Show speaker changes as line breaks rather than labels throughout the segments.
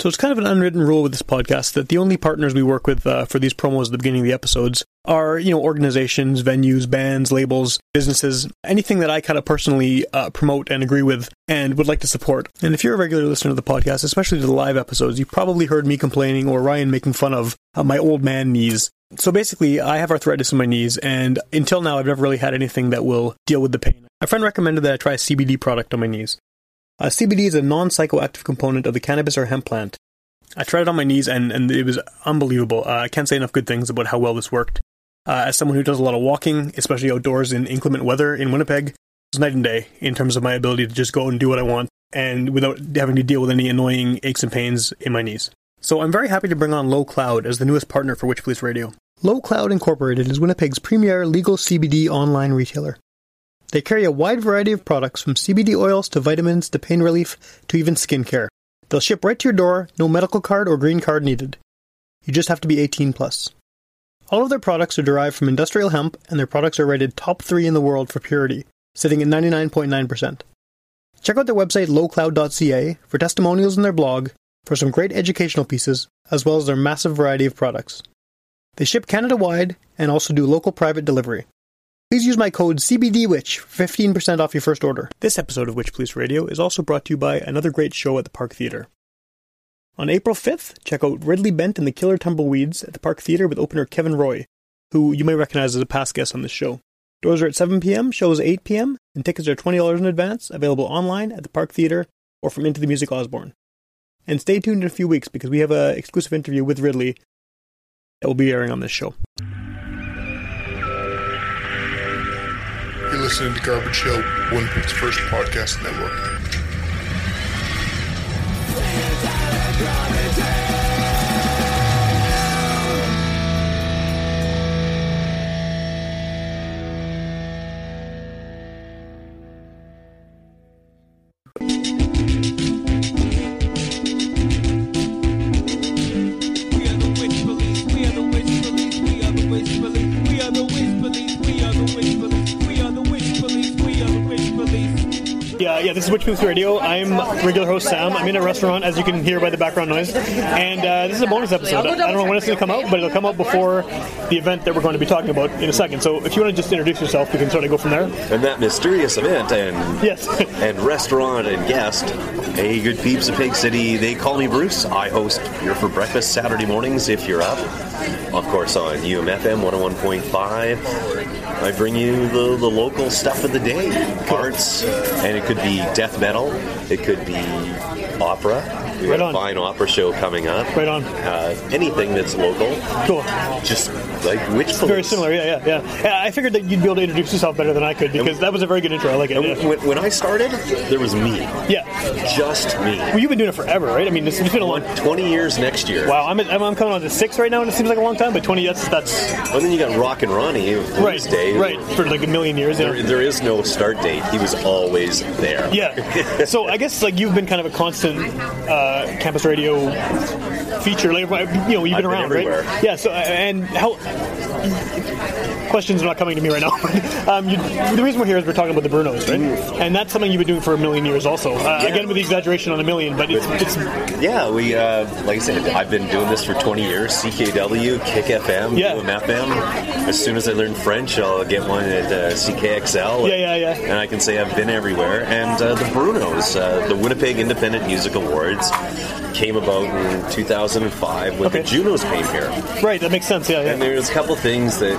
So it's kind of an unwritten rule with this podcast that the only partners we work with uh, for these promos at the beginning of the episodes are, you know, organizations, venues, bands, labels, businesses, anything that I kind of personally uh, promote and agree with and would like to support. And if you're a regular listener to the podcast, especially to the live episodes, you probably heard me complaining or Ryan making fun of uh, my old man knees. So basically, I have arthritis in my knees, and until now, I've never really had anything that will deal with the pain. A friend recommended that I try a CBD product on my knees. Uh, CBD is a non psychoactive component of the cannabis or hemp plant. I tried it on my knees and, and it was unbelievable. Uh, I can't say enough good things about how well this worked. Uh, as someone who does a lot of walking, especially outdoors in inclement weather in Winnipeg, it was night and day in terms of my ability to just go and do what I want and without having to deal with any annoying aches and pains in my knees. So I'm very happy to bring on Low Cloud as the newest partner for Witch Police Radio. Low Cloud Incorporated is Winnipeg's premier legal CBD online retailer. They carry a wide variety of products from CBD oils to vitamins to pain relief to even skincare. They'll ship right to your door, no medical card or green card needed. You just have to be 18 plus. All of their products are derived from industrial hemp and their products are rated top 3 in the world for purity, sitting at 99.9%. Check out their website lowcloud.ca for testimonials in their blog, for some great educational pieces, as well as their massive variety of products. They ship Canada wide and also do local private delivery. Please use my code CBDWitch for 15% off your first order. This episode of Witch Police Radio is also brought to you by another great show at the Park Theater. On April 5th, check out Ridley Bent and the Killer Tumbleweeds at the Park Theater with opener Kevin Roy, who you may recognize as a past guest on this show. Doors are at 7 p.m., shows 8 p.m., and tickets are $20 in advance, available online at the Park Theater or from Into the Music Osborne. And stay tuned in a few weeks because we have an exclusive interview with Ridley that will be airing on this show.
You're listening to Garbage Hill, Winnipeg's first podcast network.
We are the witch police. We are the witch police. We are the witch police. We are the witch police. We are the witch police. We are the witch police. We are the witch police.
Yeah, yeah, this is Witch Booth Radio. I'm regular host Sam. I'm in a restaurant, as you can hear by the background noise. And uh, this is a bonus episode. I don't know when it's going to come out, but it'll come out before the event that we're going to be talking about in a second. So if you want to just introduce yourself, we can sort of go from there.
And that mysterious event and
Yes.
and restaurant and guest. Hey, good peeps of Pig City. They call me Bruce. I host You're for Breakfast Saturday mornings if you're up. Of course, on UMFM 101.5. I bring you the, the local stuff of the day arts, and it could be death metal, it could be opera. We
Right
have
on.
a fine opera show coming up.
Right on.
Uh, anything that's local,
Cool.
just like Witch Police.
Very similar, yeah, yeah, yeah. Yeah, I figured that you'd be able to introduce yourself better than I could because that was a very good intro. I like it. Yeah.
When, when I started, there was me.
yeah.
Just me.
Well, you've been doing it forever, right? I mean, it's, it's been a long.
20 years next year.
Wow, I'm, at, I'm I'm coming on to six right now, and it seems like a long time, but 20, that's, that's
And then you got Rock and Ronnie,
right.
whose day.
Right, for like a million years. Yeah.
There, there is no start date. He was always there.
Yeah. So I guess like you've been kind of a constant uh, campus radio feature. Like, you know, you've been
I've been
around,
everywhere.
right? Yeah. So uh, and how? Questions are not coming to me right now. um, you, the reason we're here is we're talking about the Brunos, right? And that's something you've been doing for a million years, also. Uh, Again, with the exaggeration on a million, but it's, it's
Yeah, we, uh, like I said, I've been doing this for 20 years. CKW, Kick FM,
Yeah.
UMFM. As soon as I learn French, I'll get one at uh, CKXL.
Yeah, yeah, yeah.
And I can say I've been everywhere. And uh, the Brunos, uh, the Winnipeg Independent Music Awards, came about in 2005 when the
Okay.
Junos came here.
right. That makes sense. Yeah,
And
yeah.
there's a couple things that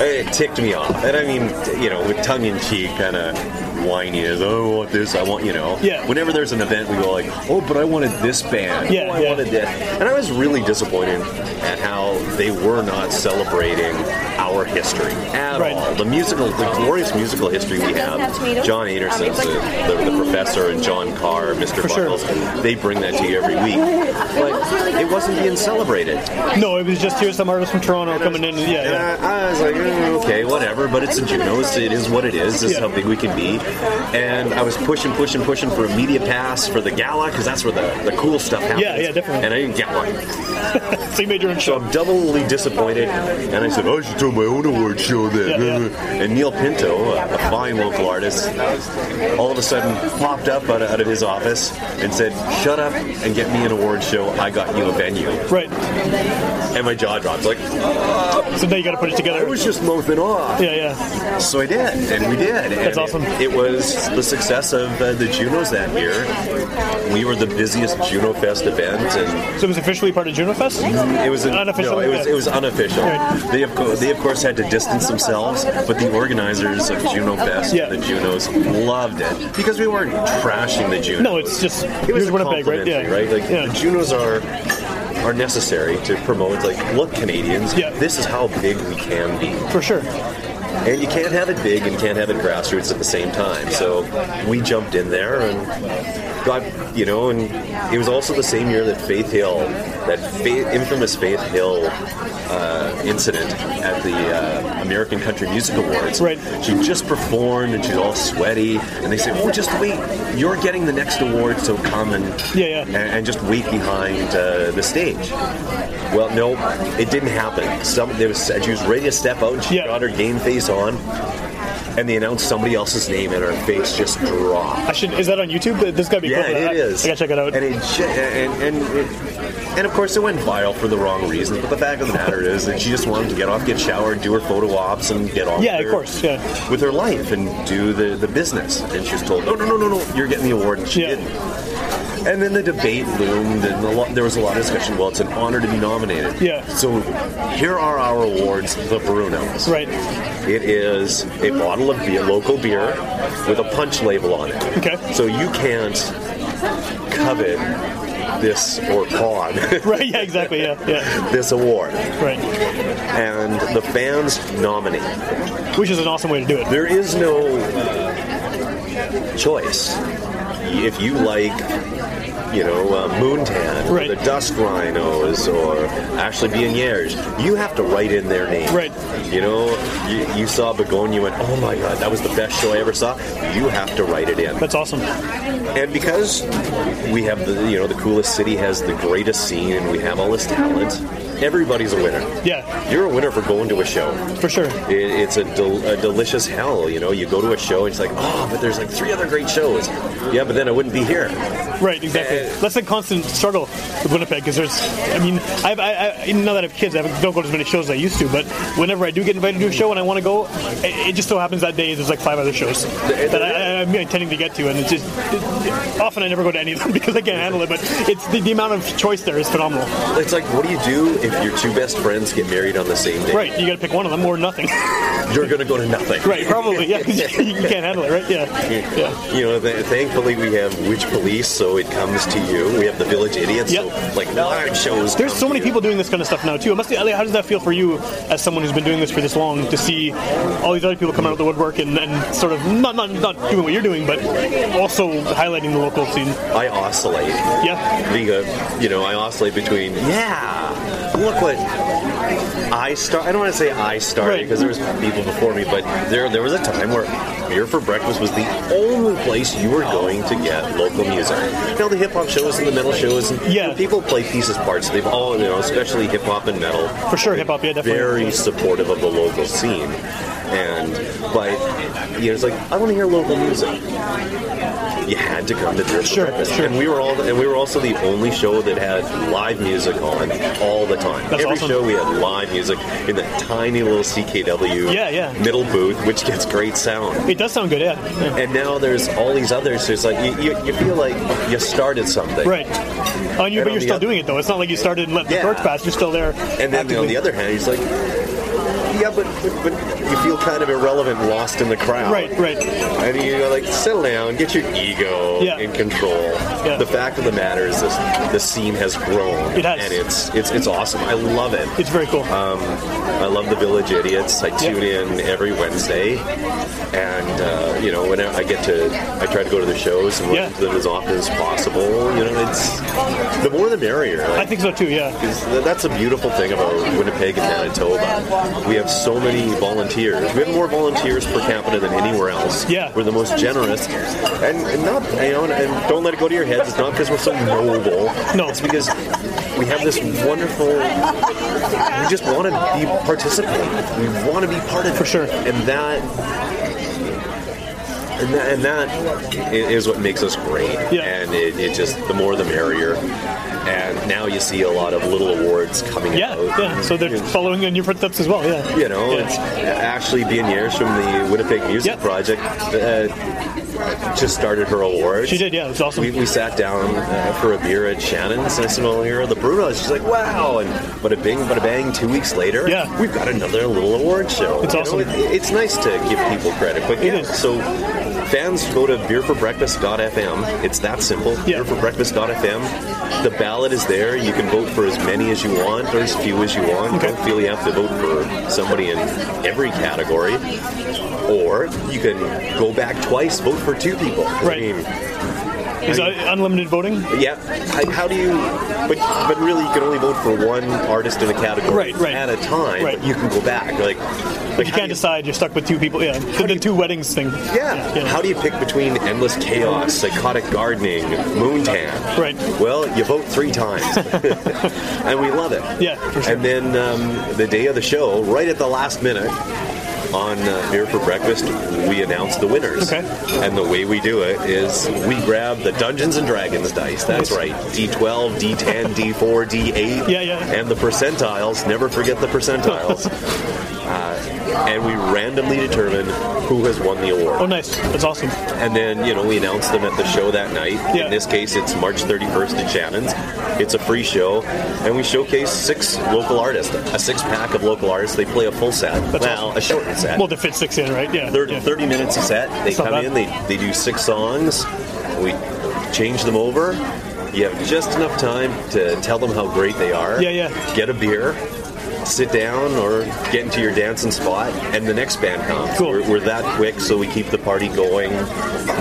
uh, it ticked me off. And I mean, you know, with tongue in cheek, kind of whiny as, oh, I want this, I want, you know.
Yeah.
Whenever there's an event, we go like, oh, but I wanted this band.
Yeah,
oh, I
yeah.
wanted this. And I was really disappointed at how they were not celebrating our history at
Right.
all. The musical, the glorious musical history we have. John Anderson, the, the, the professor, and John Carr, Mr.
For sure.
Buckles, they bring that to you every week. But it wasn't being celebrated.
No, it was just here's some artist from Toronto coming in. and- Yeah, yeah.
And I, I was like, "Eh, okay, whatever, but it's a Junos. It is what it is. This
Yeah.
is how big we can be. And I was pushing, pushing, pushing for a media pass for the gala because that's where the, the cool stuff happens.
Yeah, yeah, definitely.
And I didn't get one.
So you made your own show.
So I'm doubly disappointed. And I said, I should do my own award show then. And Neil Pinto, a a fine local artist, all of a sudden popped up out of, out of his office and said, "Shut up and get me an award show. I got you a venue."
Right.
And my jaw dropped. Like
So now you got to put it
I
together.
was just mouthing off.
Yeah, yeah.
So I did, and we did.
That's
and
awesome.
It, it was the success of uh, the Junos that year. We were the busiest Juno Fest event, and
So it was officially part of Juno Fest?
it was
Unofficial
No, it was
event.
it was unofficial.
Right.
They of course they of course had to distance themselves, but the organizers of Juno Fest,
Yeah.
the Junos, loved it because we weren't trashing the Junos.
No, it's just
it was
here's
a
Winnipeg, right?
complimentary,
Yeah,
right? Like the
yeah.
Junos are are necessary to promote. Like, look, Canadians,
Yeah.
this is how big we can be.
for sure.
And you can't have it big and can't have it grassroots at the same time. So we jumped in there and got, you know, and it was also the same year that Faith Hill, that fa- infamous Faith Hill uh, incident at the uh, American Country Music Awards.
Right.
She just performed and she's all sweaty. And they said, oh, just wait. You're getting the next award, so come and,
Yeah, yeah.
and, and just wait behind uh, the stage. Well, no, it didn't happen. Some there was she was ready to step out. And she
Yeah.
got her game face on, and they announced somebody else's name, and her face just dropped.
I should. Is that on YouTube? This got to be.
Yeah,
cool. I-
it is.
I gotta check it out.
And it, ju- and and it, and of course it went viral for the wrong reasons. But the fact of the matter is that she just wanted to get off, get showered, do her photo ops, and get on.
Yeah,
with
of
her-
course, yeah.
With her life and do the the business. And she was told, no, no, no, no, no, you're getting the award, and she
Yeah.
didn't. And then the debate loomed, and a lot, there was a lot of discussion. Well, it's an honor to be nominated.
Yeah.
So here are our awards, the Brunos.
Right.
It is a bottle of beer, local beer with a punch label on it.
Okay.
So you can't covet this or pawn
Right. Yeah. Exactly. Yeah. Yeah.
this award.
Right.
And the fans nominate.
Which is an awesome way to do it.
There is no choice. If you like, you know, uh, Moontan,
Right.
or the Dust Rhinos, or Ashley Bieniers, you have to write in their name.
Right.
You know, you, you saw Begonia, you went, oh my god, that was the best show I ever saw. You have to write it in.
That's awesome.
And because we have the, you know, the coolest city has the greatest scene and we have all this talent, everybody's a winner.
Yeah.
You're a winner for going to a show.
For sure.
It, it's a, del- a delicious hell, you know. You go to a show, and it's like, oh, but there's like three other great shows. Yeah, but then I wouldn't be here.
Right, exactly.
Uh,
That's a constant struggle with Winnipeg because there's, I mean, I've, I, I, now that I have kids, I haven't- don't go to as many shows as I used to, but whenever I do get invited to a show and I want to go, it, it just so happens that day there's like five other shows that I, I, I'm intending to get to, and it's just, it, often I never go to any of them because I can't handle it, but it's the, the amount of choice there is phenomenal.
It's like, what do you do if your two best friends get married on the same day?
Right, you got to pick one of them or nothing.
You're gonna go to nothing.
right, probably, yeah, 'cause you, you can't handle it, right? Yeah. Yeah.
You know, th- thankfully we have Witch Police, so it comes to you. We have the Village Idiots,
Yep.
so like live shows.
There's
come
so
to
many
you.
people doing this kind of stuff now too. It must be, Ali, how does that feel for you as someone who's been doing this for this long to see all these other people come out of the woodwork and, and sort of not, not not doing what you're doing, but also highlighting the local scene?
I oscillate.
Yeah,
Being a, you know, I oscillate between yeah, look what I start. I don't want to say I started
Right.
because there was people before me, but there there was a time where beer for breakfast was the only place you were going to get local music. Now the hip hop shows and the metal shows, and
Yeah.
you know, people play pieces parts. They've all, you know, especially hip hop and metal,
for sure, hip hop. Yeah, definitely.
very supportive of the local scene. And but you know, it's like I want to hear local music. You had to come to Drift
Sure,
Breakfast,
sure.
and we were all, and we were also the only show that had live music on all the time.
That's
Every
awesome.
show we had live music in that tiny little CKW
Yeah, yeah.
middle booth, which gets great sound.
It does sound good. Yeah. yeah.
And now there's all these others. So it's like you, you, you feel like you started something,
Right. Oh, and you,
And
but
on
you're
the
still
other-
doing it though. It's not like you started and let the
Yeah.
torch pass. You're still there.
And then on
actively.
the other hand, he's like, yeah, but, but, but you feel kind of irrelevant, lost in the crowd.
Right, right.
And you know, like, settle down, get your ego
Yeah.
in control.
Yeah.
The fact of the matter is, this the scene has grown.
It has.
and it's it's it's awesome. I love it.
It's very cool.
Uh, I love the Village Idiots. I tune in every Wednesday, and uh, you know, when I get to, I try to go to the shows and
Yeah.
listen to them as often as possible. You know, it's the more the merrier.
I
Like,
think so too. Yeah.
is that- that's a beautiful thing about Winnipeg and Manitoba. We have so many volunteers. We have more volunteers per capita than anywhere else.
Yeah.
We're the most generous, and, and not you know, and, and don't let it go to your heads. It's not because we're so noble.
No.
it's because we have this wonderful. We just want to be participating. We want to be part of it
For sure.
and that. And that, and that i- is what makes us great.
Yeah.
And it, it just, the more the merrier. And now you see a lot of little awards coming
Yeah.
out.
Yeah. So they're following in your footsteps as well. Yeah.
You know,
Yeah.
it's Ashley Bieniers from the Winnipeg Music
Yep.
Project uh, just started her awards.
She did. Yeah. It's awesome.
We, we sat down uh, for a beer at Shannon's, and I said, "Well, here are the Brunos." She's like, "Wow!" And but a bing, but a bang. Two weeks later,
Yeah.
we've got another little award show.
It's
You
awesome.
know, it- it's nice to give people credit, but
It
yeah,
is.
so fans go to beerforbreakfast.fm. It's that simple.
Yeah.
Beerforbreakfast.fm. The ballot is there. You can vote for as many as you want or as few as you want. Don't feel you have to vote for somebody in every category. Or you can go back twice, vote for two people. I
Right.
mean,
Is that unlimited voting?
yeah. I, how do you? But but really, you can only vote for one artist in a category
Right, right.
at a time.
Right.
But you can go back.
But
Like, like
you
how do
can't decide. You're stuck with two people. Yeah. The, the two weddings thing.
Yeah.
Yeah.
How do you pick between endless chaos, psychotic gardening, moontan?
Right.
Well, you vote three times, and we love it.
Yeah, for sure.
And then um, the day of the show, right at the last minute. On uh, Beer for Breakfast, we announce the winners.
Okay.
And the way we do it is we grab the Dungeons and Dragons dice. That's
Nice.
right. D12, D10, D4, D8.
Yeah, yeah.
And the percentiles. Never forget the percentiles. uh, and we randomly determine who has won the award
Oh, nice. That's awesome.
and then you know we announced them at the show that night.
Yeah.
In this case, it's March 31st at Shannon's. It's a free show, and we showcase six local artists, a six pack of local artists. They play a full set,
That's
well,
awesome.
a shortened set.
Well, they fit six in, right? Yeah.
30,
yeah.
30 minutes a set. They
That's not
come
bad.
in, they, they do six songs. We change them over. You have just enough time to tell them how great they are.
Yeah, yeah.
Get a beer, sit down, or get into your dancing spot, and the next band comes.
Cool.
We're, we're that quick, so we keep the party going.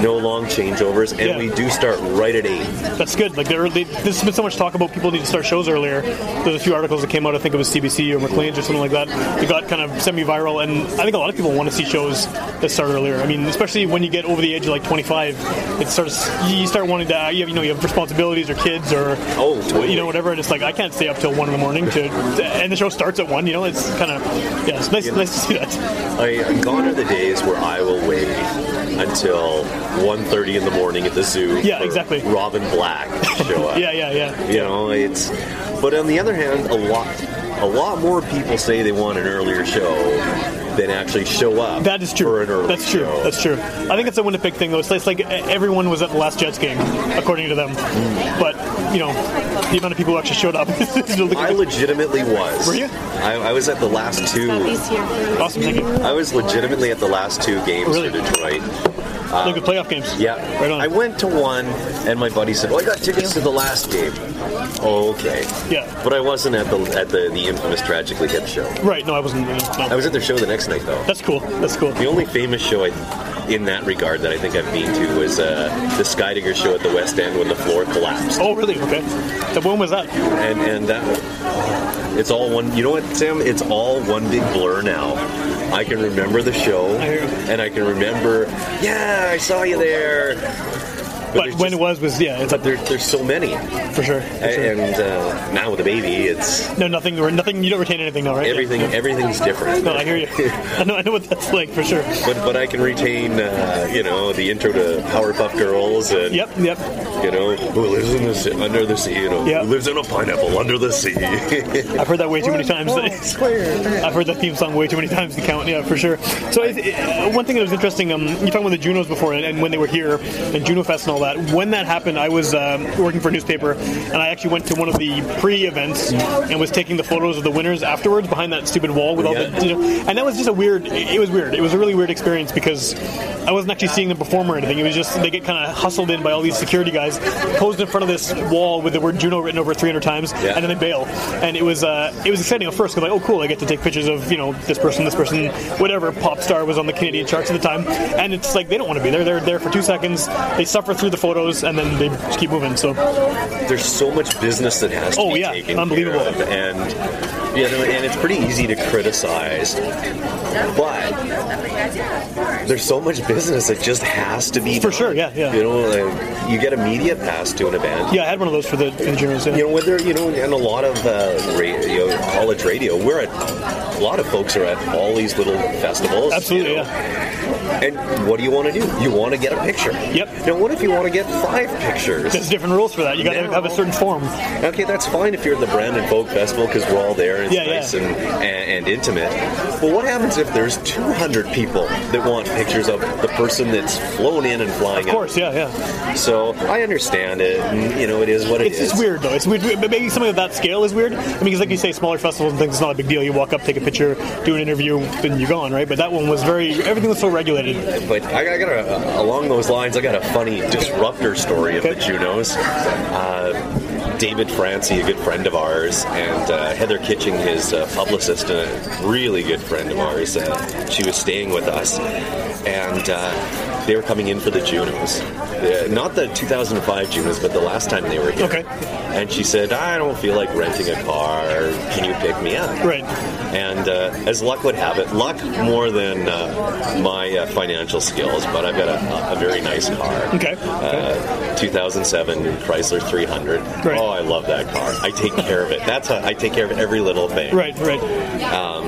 No long changeovers, and
Yeah.
we do start right at 8.
That's good. Like there, they, there's been so much talk about people need to start shows earlier. There's a few articles that came out. I think it was CBC or McLean's or something like that. It got kind of semi-viral, and I think a lot of people want to see shows that start earlier. I mean, especially when you get over the age of like 25, it starts. You start wanting to. uh, You, have, you know, you have responsibilities or kids or
Oh, totally.
you know whatever. And it's like I can't stay up till one in the morning to, and the show starts at one. You know, it's kind of yeah, it's nice, nice to see that.
I, gone are the days where I will wait until 1.30 in the morning at the zoo
Yeah,
for
exactly.
Robin Black to show up.
Yeah, yeah, yeah.
You know, it's. But on the other hand, a lot, a lot more people say they want an earlier show than actually show up.
That is true.
For an early
That's true.
show.
That's true. I think it's a Winnipeg thing, though. It's it's like everyone was at the last Jets game, according to them.
Mm.
But you know, the amount of people who actually showed up. is really
I legitimately was.
Were you?
I, I was at the last two.
He's here for
awesome. Thank you.
I was legitimately at the last two games
Really?
for Detroit.
Look at playoff games.
Yeah.
Right on.
I went to one, and my buddy said, "Oh, I got tickets to the last game." Oh, Okay.
yeah.
But I wasn't at the at the, the infamous tragically hip show.
Right. No, I wasn't. you know,
I
No.
was at their show the next night though.
That's cool. That's cool.
The only famous show I, in that regard that I think I've been to was uh, the Skydigger show at the West End when the floor collapsed,
Oh, really? Okay. And when was that?
and and that it's all one. You know what, Sam? It's all one big blur now. I can remember the show,
I hear you.
and I can remember, yeah, I saw you there. But,
But
there's
when it
just-
was was yeah. It's
but
up
there, there's so many,
for sure. For sure.
and uh, now with the baby, it's
No, nothing. or Nothing. You don't retain anything, though, right? Yeah.
everything. Everything's different.
No, I hear you. I know. I know what that's like for sure.
But but I can retain, uh, you know, the intro to Powerpuff Girls and
Yep. Yep.
You know, who lives in the sea, under the sea, you know,
Yeah.
who lives in a pineapple under the sea.
I've heard that way too many times. I've heard that theme song way too many times to count. Yeah, for sure. So it, it- uh, one thing that was interesting, um, you were talking about the Junos before and, and when they were here and Juno Fest and all that. When that happened, I was um, working for a newspaper and I actually went to one of the pre-events and was taking the photos of the winners afterwards behind that stupid wall with all
Yeah.
the. You know, and that was just a weird. It it was weird. It was a really weird experience because I wasn't actually seeing them perform or anything. It was just they get kind of hustled in by all these security guys posed in front of this wall with the word Juno written over 300 times,
Yeah.
and then they bail. And it was uh, it was exciting at first because like, oh cool, I get to take pictures of you know this person, this person, whatever pop star was on the Canadian charts at the time. And it's like they don't want to be there. They're there for two seconds. They suffer through the the photos, and then they just keep moving. So
there's so much business that has to
Oh,
be
yeah.
taken
Unbelievable.
care of, and you know, and it's pretty easy to criticize, but there's so much business that just has to be
For
done.
sure, yeah, yeah.
You know, like, you get a media pass to an event.
yeah, I had one of those for the, for the juniors. Yeah.
You know, whether you know, and a lot of uh, radio, college radio, we're at a lot of folks are at all these little festivals.
Absolutely,
you know,
yeah.
And what do you want to do? You want to get a picture.
Yep.
Now, what if you want to get five pictures?
There's different rules for that. You got to
Now-
have a certain form.
Okay, that's fine if you're at the Brandon Folk Festival because we're all there and it's
Yeah, yeah.
nice And, and, and intimate. But what happens if there's 200 people that want pictures of the person that's flown in and flying
Of course, yeah, yeah.
out? So I understand it. And, you know, it is what it
It's
is.
just weird though. It's weird, but maybe something of that scale is weird. I mean, because like you say, smaller festivals and things, it's not a big deal. You walk up, take a picture, do an interview, then you're gone, right? But that one was very. Everything was so regulated.
But I, I got a, along those lines, I got a funny disruptor story of the
Okay.
Junos. Uh, David Francie, a good friend of ours, and uh, Heather Kitching, his uh, publicist, a really good friend of ours, uh, she was staying with us, and uh, they were coming in for the Junos. Uh, not the 2005 Junos, but the last time they were here.
Okay.
And she said, I don't feel like renting a car. Can you pick me up?
Right.
And uh, as luck would have it, luck more than uh, my uh, financial skills, but I've got a, a very nice car.
Okay.
Uh, 2007 Chrysler 300.
Right.
Oh, I love that car. I take care of it. That's how I take care of every little thing.
Right. Right.
Um,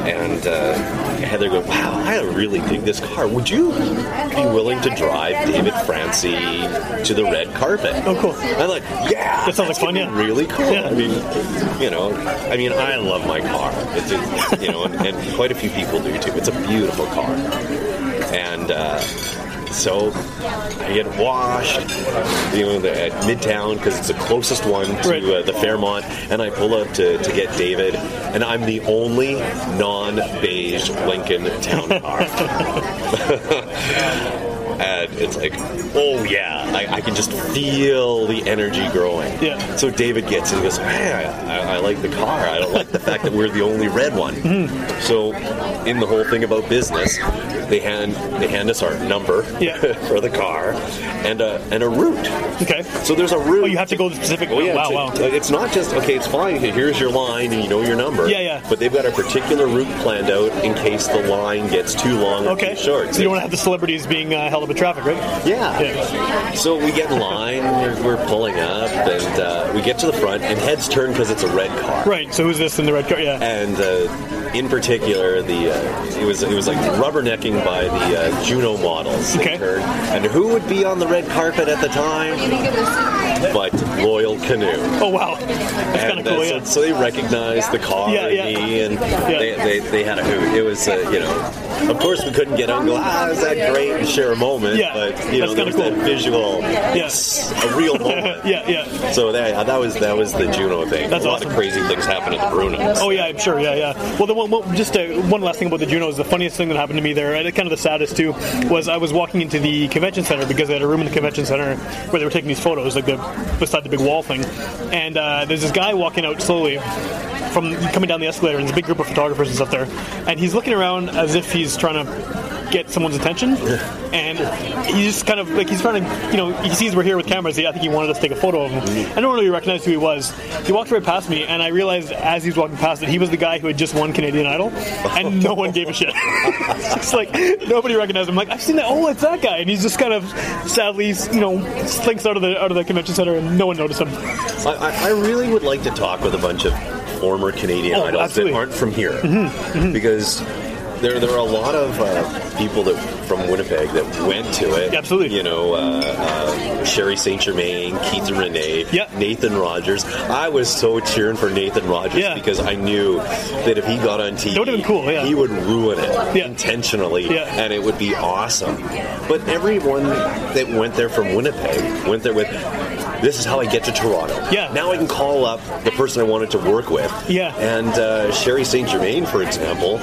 and uh, Heather goes, "Wow, I really dig this car. Would you be willing to drive David Francie to the red carpet?"
Oh, cool.
I'm like, "Yeah,
That sounds like
that's
fun,
gonna be
yeah."
Really cool.
Yeah.
I mean, you know, I mean, I love my car. It's a, you know, and, and quite a few people do too. It's a beautiful car, and." Uh, so I get washed, you know, the- at Midtown because it's the closest one to
Right.
uh, the Fairmont, and I pull up to, to get David, and I'm the only non-beige Lincoln Town Car. And it's like, oh yeah, I, I can just feel the energy growing.
Yeah.
So David gets in and goes, hey, I, I, I like the car. I don't like the fact that we're the only red one.
Hmm.
So, in the whole thing about business, they hand they hand us our number
Yeah.
for the car and a and a route.
Okay.
So there's a route.
Oh, you have to go to specific.
Oh, yeah,
wow.
to-
Wow.
It's not just okay. It's fine. okay, Here's your line, and you know your number.
Yeah, yeah.
But they've got a particular route planned out in case the line gets too long or
Okay.
too short.
So you don't want to have the celebrities being uh, held up in traffic, right?
Yeah.
Yeah.
So we get in line, we're, we're pulling up, and uh, we get to the front, and heads turn because it's a red car.
Right. So who's this in the red car? Yeah.
And uh, in particular, the uh, it was it was like rubbernecking by the uh, Juno models. They
Okay.
turned. And who would be on the red carpet at the time? But Loyal Canoe.
Oh wow. That's kind of
And, uh,
cool.
so-
Yeah.
so, they recognized the car
Yeah, yeah.
and me, and they, they, they had a hoot. It was, uh, you know, of course we couldn't get out and go, ah, is that great, and share a moment,
Yeah,
but, you know,
that's
there
kinda
was
cool.
that visual,
Yes.
a real moment.
Yeah. Yeah.
So that, that was that was the Juno thing.
That's
a lot
awesome.
of crazy things happen at the Brunos.
Oh yeah, I'm sure. Yeah, yeah. Well, the one, one just uh, one last thing about the Junos. The funniest thing that happened to me there, and kind of the saddest too, was I was walking into the convention center because they had a room in the convention center where they were taking these photos, like the beside the big wall thing. And uh, there's this guy walking out slowly from coming down the escalator, and there's a big group of photographers and stuff there. And he's looking around as if he's trying to get someone's attention, and he just kind of like he's trying to, you know, he sees we're here with cameras. He, I think he wanted us to take a photo of him. I don't really recognize who he was. He walked right past me, and I realized as he was walking past that he was the guy who had just won Canadian Idol, and no one gave a shit. it's like nobody recognized him. Like I've seen that. Oh, it's that guy, and he's just kind of sadly, you know, slinks out of the out of the convention center, and no one noticed him.
I, I- I really would like to talk with a bunch of former Canadian
Oh,
idols
absolutely. Mm-hmm,
that aren't from here, because there there are a lot of uh, people that from Winnipeg that went to it.
Yeah, absolutely.
you know, uh, uh, Sherry Saint Germain, Keith and Renee,
Yeah.
Nathan Rogers. I was so cheering for Nathan Rogers
Yeah.
because I knew that if he got on TV,
That would've been cool, yeah.
he would ruin it
Yeah.
intentionally,
Yeah.
and it would be awesome. But everyone that went there from Winnipeg went there with. This is how I get to Toronto.
Yeah.
Now I can call up the person I wanted to work with.
Yeah.
And uh, Sherry St. Germain, for example,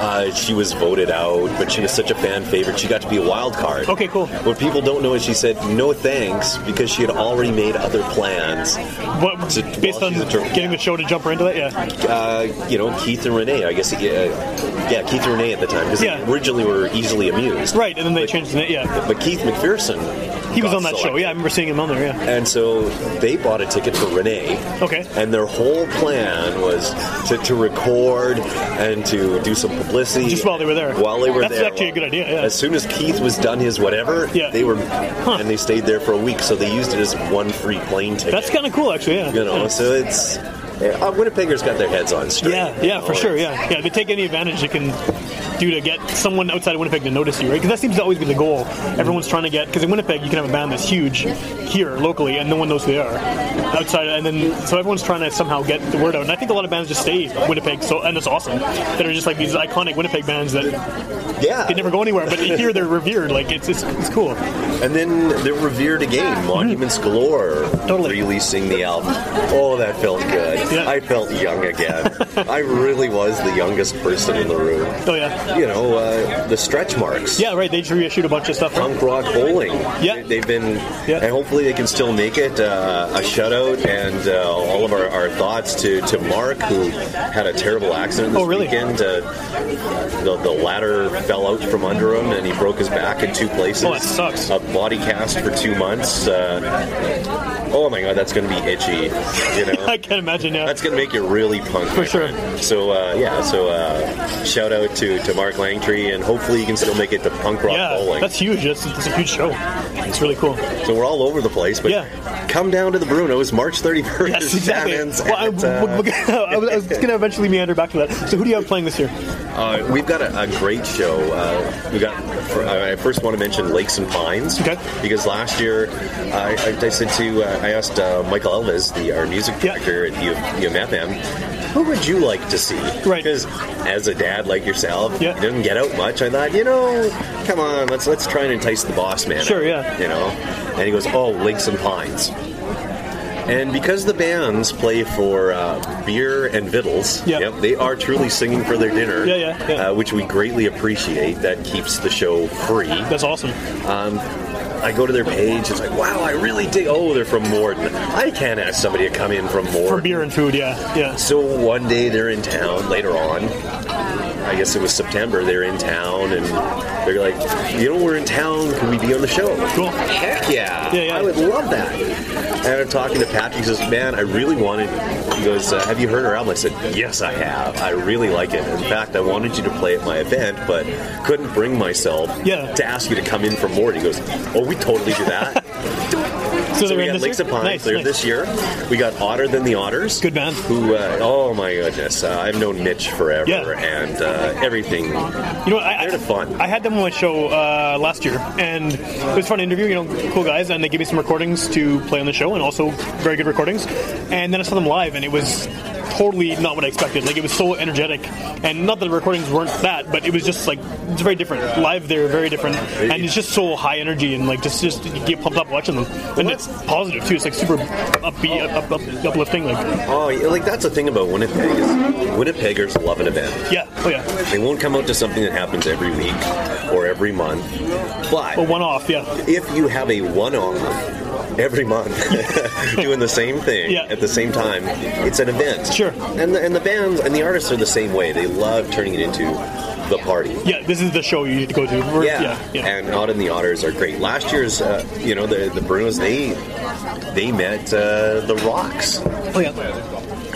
uh, she was voted out, but she was such a fan favorite. She got to be a wild card.
Okay, cool.
What people don't know is she said no thanks because she had already made other plans.
What,
So, well,
based on
she's a Toronto-
getting the show to jump her into that, yeah.
Uh, you know, Keith and Renee, I guess, uh, yeah, Keith and Renee at the time, because
Yeah.
originally we were easily amused.
Right, and then they changed the name. Yeah,
But Keith McPherson
He was
got
on that show.
selected.
Yeah, I remember seeing him on there. Yeah.
And so they bought a ticket for Renee.
Okay.
And their whole plan was to, to record and to do some publicity.
Just while they were there.
While they were
That's
there.
actually a good idea, yeah.
As soon as Keith was done his whatever,
Yeah.
they were, and they stayed there for a week. So they used it as one free plane ticket.
That's kind of cool, actually. Yeah.
you know.
yeah.
So it's uh, Winnipeggers got their heads on straight.
Yeah,
you
yeah,
know,
for sure.
it's-
Yeah, yeah. They take any advantage they can do to get someone outside of Winnipeg to notice you, right? Because that seems to always be the goal. Everyone's trying to get because in Winnipeg you can have a band that's huge here locally, and no one knows who they are outside, and then so everyone's trying to somehow get the word out. And I think a lot of bands just stay in Winnipeg, so and it's awesome that are just like these iconic Winnipeg bands that
yeah.
they never go anywhere, but here they're revered. Like it's it's, it's cool.
And then they're revered again. Monuments Galore
Totally.
releasing the album. Oh, that felt good.
Yeah.
I felt young again. I really was the youngest person in the room.
Oh yeah,
You know, uh, the stretch marks.
yeah, right. They just reissued a bunch of stuff.
Punk rock bowling.
Yeah.
They- They've been,
Yeah.
and hopefully they can still make it. Uh, a shutout and uh, all of our, our thoughts to, to Mark, who had a terrible accident this
Oh, really?
weekend. Uh, the, the ladder fell out from under him and he broke his back in two places.
Oh, that sucks.
A body cast for two months. Uh, oh my god, that's going to be itchy. You know?
I can't imagine. Yeah.
That's gonna make you really punk
For
my
sure.
friend. So uh, yeah, so uh, shout out to, to Mark Langtry, and hopefully you can still make it to punk rock
Yeah,
bowling.
that's huge. That's, that's a huge show. It's really cool.
So we're all over the place, but
Yeah.
come down to the Brunos March 31st.
Yes, exactly.
Shannon's
Well, I,
at, uh,
I was, I was going to eventually meander back to that. So, who do you have playing this year?
uh, we've got a, a great show. Uh, we got. fir- I first want to mention Lakes and Pines
Okay.
because last year I, I, I said to uh, I asked uh, Michael Elvis, the our music
Yeah.
director at U, UMFM, who would you like to see?
Right.
Because as a dad like yourself,
Yeah.
you didn't get out much. I thought, you know, come on, let's let's try and entice the boss man.
Sure,
out,
yeah.
You know, and he goes, oh, Lakes and Pines. And because the bands play for uh, beer and victuals,
Yeah.
they are truly singing for their dinner,
Yeah, yeah, yeah.
Uh, which we greatly appreciate. That keeps the show free.
That's awesome.
I go to their page, it's like, wow, I really dig. Oh, they're from Morden. I can't ask somebody to come in from Morden.
For beer and food, yeah. Yeah.
So one day they're in town later on. I guess it was September. They're in town and they're like, you know, we're in town. Can we be on the show?
Cool.
Heck yeah.
Yeah, yeah.
I would love that. And I'm talking to Patrick. He says, man, I really wanted. He goes, uh, have you heard her album? I said, yes, I have. I really like it. In fact, I wanted you to play at my event, but couldn't bring myself
Yeah.
to ask you to come in for more. He goes, oh, we totally do that.
So,
So
they're
we
in
got
this
Lakes
year?
of Pines
Nice,
there
nice.
this year. We got Otter Than the Otters.
Good band.
Who, uh, oh my goodness, uh, I've known Mitch forever
Yeah.
and uh, everything.
You know, what, I,
They're fun.
I had them on my show uh, last year, and it was fun to interview. You know, cool guys, and they gave me some recordings to play on the show, and also very good recordings. And then I saw them live, and it was totally not what I expected. Like it was so energetic, and not that the recordings weren't that, but it was just like it's very different. Live, they're very different, and it's just so high energy and like just just you get pumped up watching them, and it's positive too. It's like super upbeat, up, up, uplifting. Like
Oh, yeah, like that's the thing about Winnipeg is Winnipeggers love an event.
yeah, oh yeah,
They won't come out to something that happens every week or every month, but
a one off. Yeah,
if you have a one-off every month doing the same thing
Yeah.
at the same time, it's an event.
Sure.
And the, and the bands and the artists are the same way. They love turning it into the party.
yeah. This is the show you need to go to. We're-
yeah.
yeah, yeah.
and Odd and the Otters are great. Last year's, uh, you know, the the Brunos they they met uh, the Rocks
Oh yeah.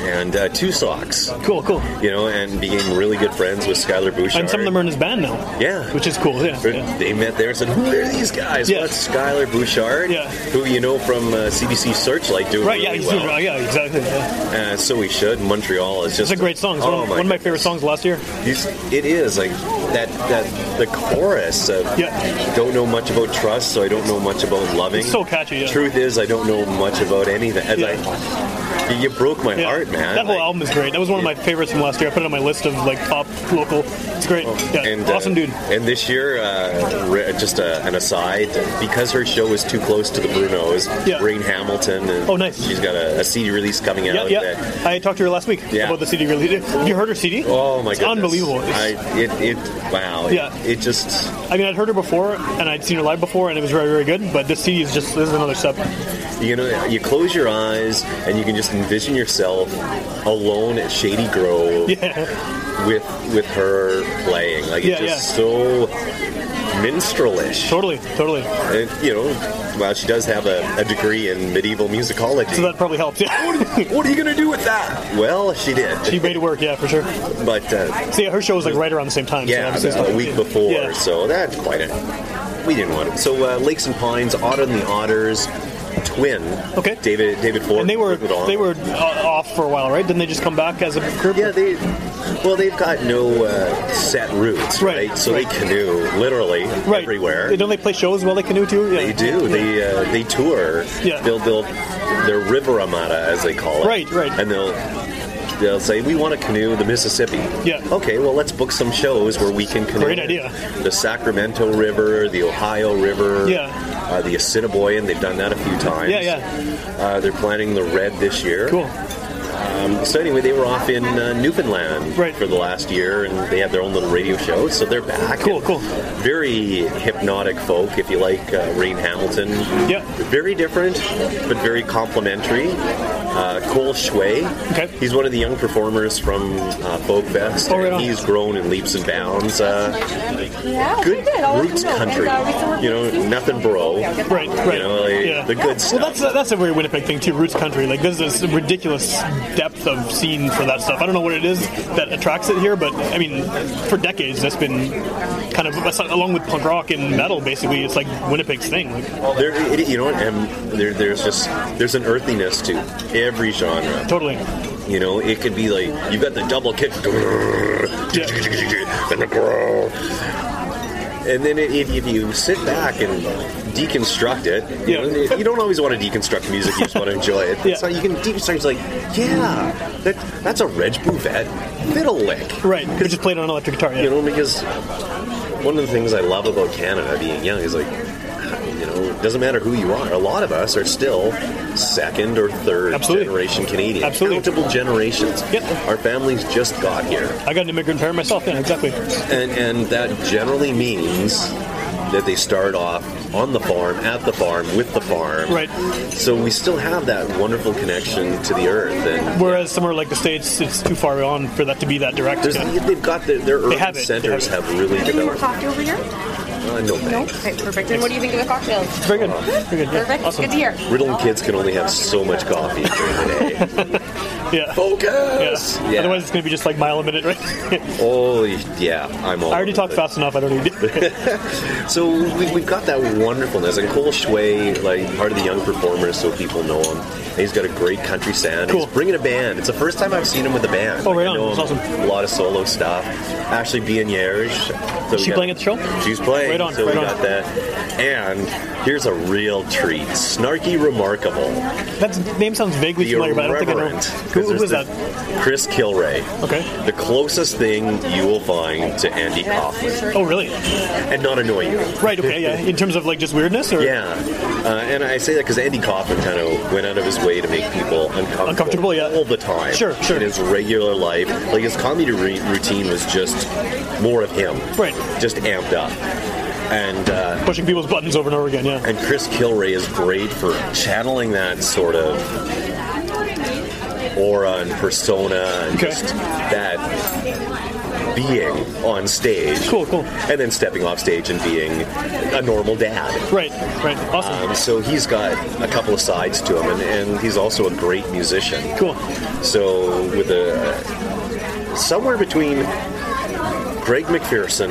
and uh, Two Socks,
Cool, cool.
you know, and became really good friends with Skylar Bouchard.
And some of them are in his band now.
Yeah.
Which is cool, yeah. yeah.
They met there and said, "Who are these guys?"
Yeah.
Well, it's Skylar Bouchard,
Yeah.
who you know from uh, CBC Searchlight, doing
Right, yeah,
really
he's
well.
doing right, yeah, exactly. Yeah.
Uh, so we should. Montreal is just
It's a great song. It's one
Oh
of- one of my
goodness.
favorite songs last year.
He's, it is like that. That the chorus of
Yeah.
don't know much about trust, so I don't know much about loving.
It's so catchy, yeah.
Truth is, I don't know much about anything. And
Yeah.
I- you- you broke my
Yeah.
heart, man.
That whole
Like,
album is great. That was one of my favorites from last year. I put it on my list of like top local. It's great. Yeah.
and, uh,
awesome dude.
And this year, uh, re- just uh an aside, because her show is too close to the Brunos,
Yeah.
Rain Hamilton. And
Oh, nice.
She's got a, a CD release coming out.
Yeah, yeah.
that-
I talked to her last week
Yeah.
about the CD release. Have you heard her CD?
oh my
it's
goodness!
unbelievable. It's-
I, it, it, wow.
Yeah.
It, it just.
I mean, I'd heard her before and I'd seen her live before, and it was very, very good. But this CD is just this is another step.
You know, you close your eyes and you can just envision yourself alone at Shady Grove
Yeah,
with with her playing. Like
Yeah,
it's just
yeah.
so minstrelish.
Totally, totally.
And, you know, well, she does have a, a degree in medieval musicology.
So that probably helped. Yeah,
what are you going to do with that? Well, she did.
she made it work. Yeah, for sure.
but uh,
So yeah, her show was like right around the same time. so
yeah,
obviously it's
about a
not-
week before,
Yeah.
so that's quite a. We didn't want it. So uh, Lakes and Pines, Otter and the Otters, Twin.
Okay.
David David Ford.
And they were
worked with on.
they were uh, off for a while, right? Didn't they just come back as a group?
Yeah, they. Well, they've got no uh, set routes,
Right,
right? So they canoe literally
right.
everywhere.
Don't they play shows while they canoe too? Yeah.
They do. They uh, they tour.
Yeah.
They'll they'll their river armada as they call it.
Right, right.
And they'll they'll say we want to canoe the Mississippi.
Yeah.
Okay, well let's book some shows where we can canoe.
Great idea.
The Sacramento River, the Ohio River.
Yeah.
Uh, the Assiniboine. They've done that a few times.
Yeah, yeah.
Uh, they're planning the Red this year.
Cool.
Um, so anyway, they were off in uh, Newfoundland
Right.
for the last year, and they had their own little radio show. So they're back.
Cool,
And
cool.
Very hypnotic folk, if you like uh, Rain Hamilton.
Yeah.
Very different, but very complimentary. Uh, Cole Shui.
Okay.
He's one of the young performers from uh, Folk Fest.
Oh, right
and
on.
He's grown in leaps and bounds. Uh, good roots country. You know, nothing bro.
Right, right.
You know, like,
yeah.
the good
Well,
stuff.
that's that's a very Winnipeg thing too. Roots country, like there's this ridiculous depth of scene for that stuff. I don't know what it is that attracts it here, but I mean, for decades that's been kind of that's along with punk rock and metal. Basically, it's like Winnipeg's thing. Like,
There, it, you know, what, and there, there's just there's an earthiness to every genre.
totally.
You know, it could be like you've got the double kick,
Yeah.
and the growl. And then if, if you sit back and deconstruct it, you,
Yeah.
know, you don't always want to deconstruct music. You just want to enjoy it.
Yeah.
So you can deconstruct. It's like, yeah, that, that's a Reg Bouvet fiddle lick.
Right. They just played on an electric guitar. Yeah.
You know, because one of the things I love about Canada being young is like, you know, it doesn't matter who you are. A lot of us are still second or third
Absolutely.
generation Canadian.
Absolutely.
Multiple generations.
Yep.
Our families just got here.
I got an immigrant parent myself. Yeah, exactly.
And, and that generally means that they start off on the farm, at the farm, with the farm.
Right.
So we still have that wonderful connection to the earth. And
Whereas somewhere like the states, it's too far on for that to be that direct.
there's,
yeah.
they've got their, their urban
have it. They
centers
have
have, really
Do you want
developed.
coffee over here?
Uh, no
No?
thanks.
Okay, perfect. And what do you think of the cocktails?
Very good. Very good. Yeah.
Perfect.
Awesome.
Good to hear.
Riddle kids can only have so much coffee during the day.
Yeah.
Focus.
Yeah. Otherwise, it's going to be just like mile a minute, right?
Oh yeah, I'm. All
I already
over
talked
it.
fast enough. I don't need.
So we, we've got that wonderfulness, and Cole Shui, like part of the young performers, so people know him. And he's got a great country sound.
Cool.
He's bringing a band. It's the first time I've seen him with a band.
Oh, right
I
on.
know
That's
him,
awesome.
A lot of solo stuff. Ashley Bieniers. So
She playing at the show?
She's playing.
Right on,
So
right
we
on.
got that. And here's a real treat. Snarky Remarkable.
That name sounds vaguely
The
familiar, but I don't think I know.
Irreverent.
Who, who is that?
Chris Kilray.
Okay.
The closest thing you will find to Andy Kaufman,
Oh, really?
and not annoy you.
Right. Okay. Yeah. In terms of like just weirdness, or
Yeah, uh, and I say that because Andy Kaufman kind of went out of his way to make people uncomfortable,
Uncomfortable, yeah.
all the time.
Sure, sure.
In his regular life, like his comedy re- routine was just more of him,
Right.
Just amped up, and uh,
pushing people's buttons over and over again. Yeah.
and Chris Kilray is great for channeling that sort of aura and persona and
Okay.
just that being on stage.
Cool. Cool.
And then stepping off stage and being a normal dad.
Right. Right. Awesome.
Um, so he's got a couple of sides to him, and, and he's also a great musician.
cool.
So with a somewhere between Greg McPherson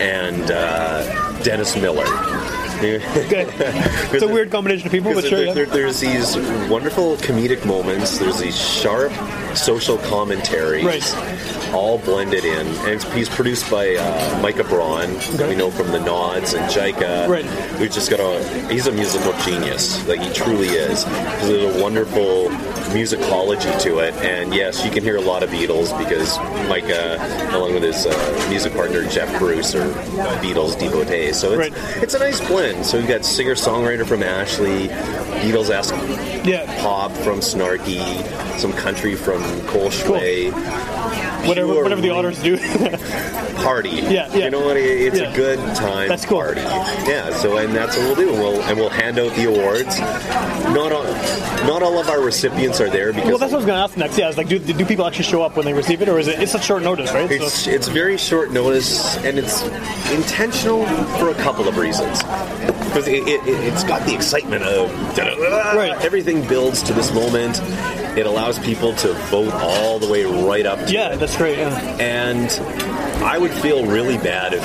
and uh, Dennis Miller.
It's a weird combination of people, but
Because
sure.
there-
Yeah.
there- there's these wonderful comedic moments. There's these sharp social commentaries,
Right.
all blended in, and it's, he's produced by uh, Micah Braun, that we know from The Nods and Jica.
Right.
We've just got a. He's a musical genius, like he truly is. 'Cause There's a wonderful musicology to it, and yes, you can hear a lot of Beatles because Micah, along with his uh, music partner Jeff Bruce, are Beatles devotees. So it's
Right.
it's a nice blend. So we've got singer songwriter from Ashley, Beatles esque
yeah.
pop from Snarky, some country from Cole Shui,
Whatever.
pure
Whatever the otters do.
party.
Yeah, yeah.
You know what? It- It's
Yeah.
a good time.
That's cool.
Party. Yeah. So and that's what we'll do. We'll and we'll hand out the awards. Not all, not all of our recipients events are there because
Well, that's what I was going to ask next. Yeah, I was like, do, do people actually show up when they receive it, or is it it's a short notice, right?
It's it's very short notice, and it's intentional for a couple of reasons. Because it, it, it, has got the excitement of da-da-da-da.
Right.
everything builds to this moment. It allows people to vote all the way right up. To
yeah,
it.
that's great. Yeah.
and I would feel really bad if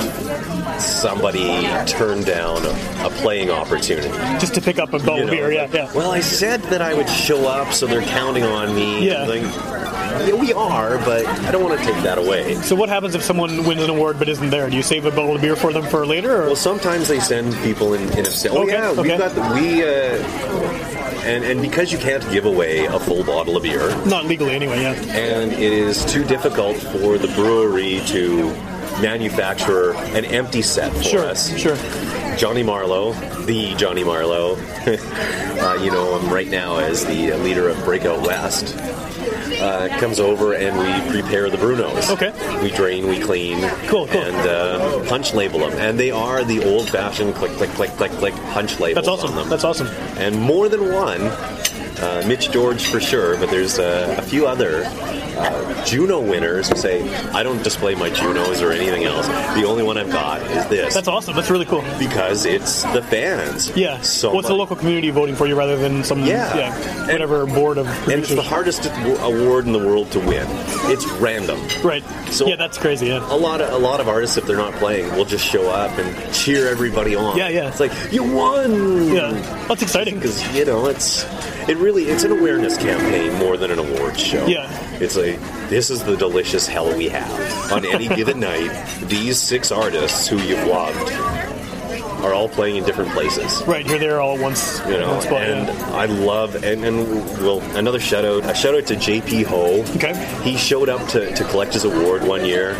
somebody turned down a, a playing opportunity.
Just to pick up a bottle
You
of
know,
beer. Yeah,
like,
yeah.
Well, I said that I would show up, so they're counting on me.
Yeah.
Like, yeah, we are, but I don't want to take that away.
So what happens if someone wins an award but isn't there? Do you save a bottle of beer for them for later? Or?
Well, sometimes they send people in. in a, oh
Okay,
yeah,
okay.
we've got the, we. Uh, and and because you can't give away a full bottle of beer,
Not legally, anyway. Yeah.
and it is too difficult for the brewery to manufacture an empty set for
Sure.
us.
Sure.
Johnny Marlowe, the Johnny Marlowe, uh, you know him right now as the leader of Breakout West, uh, comes over and we prepare the Brunos.
Okay.
We drain, we clean.
Cool, cool.
And uh, punch label them. And they are the old fashioned click, click, click, click, click punch label
That's awesome.
on them.
That's awesome.
And more than one, uh, Mitch George for sure, but there's uh, a few other uh, Juno winners who say, I don't display my Junos or anything else. The only one I've got is this
That's awesome. That's really cool.
because it's the fans.
Yeah.
So
What's the
much.
local community voting for you rather than some
Yeah. And-
whatever board of
And it's the
producers?
hardest w- award in the world to win. It's random.
right.
So-
yeah, that's crazy. Yeah.
A lot of a lot of artists, if they're not playing, will just show up and cheer everybody on.
Yeah, yeah.
It's like you won.
Yeah. That's exciting.
Hmm. Because you know, it's it really it's an awareness campaign more than an award show.
Yeah.
It's like this is the delicious hell we have on any given night. These six artists who you've loved are all playing in different places.
Right. You're there all at once.
you know,
one spot,
and
yeah.
I love and and well another shout out a shout out to JP Ho.
Okay.
He showed up to, to collect his award one year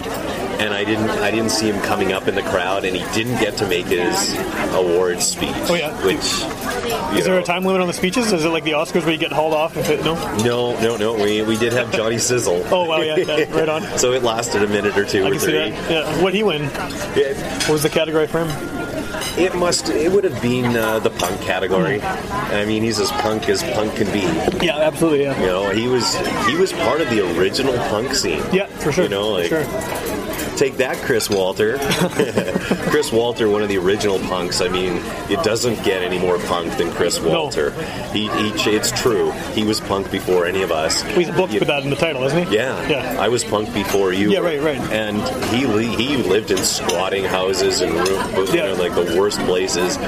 and I didn't I didn't see him coming up in the crowd and he didn't get to make his award speech.
Oh, yeah.
Which you
Is there
know,
a time limit on the speeches? Is it like the Oscars where you get hauled off if it no?
No, no, no. We we did have Johnny Sizzle.
Oh wow, yeah, yeah right on.
So it lasted a minute or two
I
or
can see
three.
that. Yeah. What he win?
It,
What was the category for him?
it must. It would have been uh, the punk category.
Mm-hmm.
I mean, he's as punk as punk can be.
Yeah, absolutely. Yeah.
You know, he was he was part of the original punk scene.
Yeah, for sure.
You know, like
sure.
take that, Chris Walter. Chris Walter, one of the original punks. I mean, it doesn't get any more punk than Chris Walter. He, he, it's true. He was punk before any of us.
He's booked
You-
with that in the title, isn't he?
Yeah,
Yeah.
I was punk before you.
Yeah,
were.
right, right.
And he li- he lived in squatting houses and room, you
Yeah.
know, like the worst places.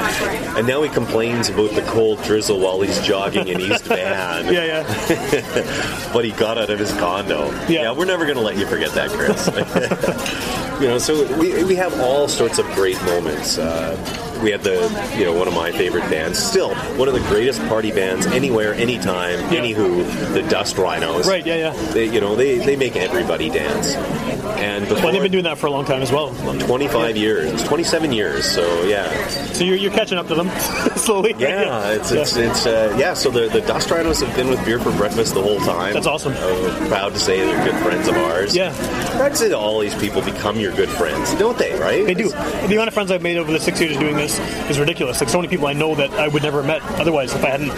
And now he complains about the cold drizzle while he's jogging in East Van.
Yeah, yeah.
but he got out of his condo.
Yeah.
we're never going to let you forget that, Chris. you know, so we, we have all sorts of great moments. Uh, we had the, you know, one of my favorite bands, still one of the greatest party bands anywhere, anytime,
Yeah.
anywho, the Dust Rhinos.
Right, yeah, yeah.
They, you know, they, they make everybody dance. And before,
Well, they've been doing that for a long time as well.
25 years, 27 years, so yeah.
So you're, you're catching up to them slowly.
Yeah, it's it's, it's uh, yeah. So the the Dust Rhinos have been with Beer for Breakfast the whole time.
That's awesome.
Uh, proud to say they're good friends of ours.
Yeah.
I'd say that all these people become your good friends, don't they? Right?
They do. The amount of friends I've made over the six years doing this is ridiculous. Like so many people I know that I would never have met otherwise if I hadn't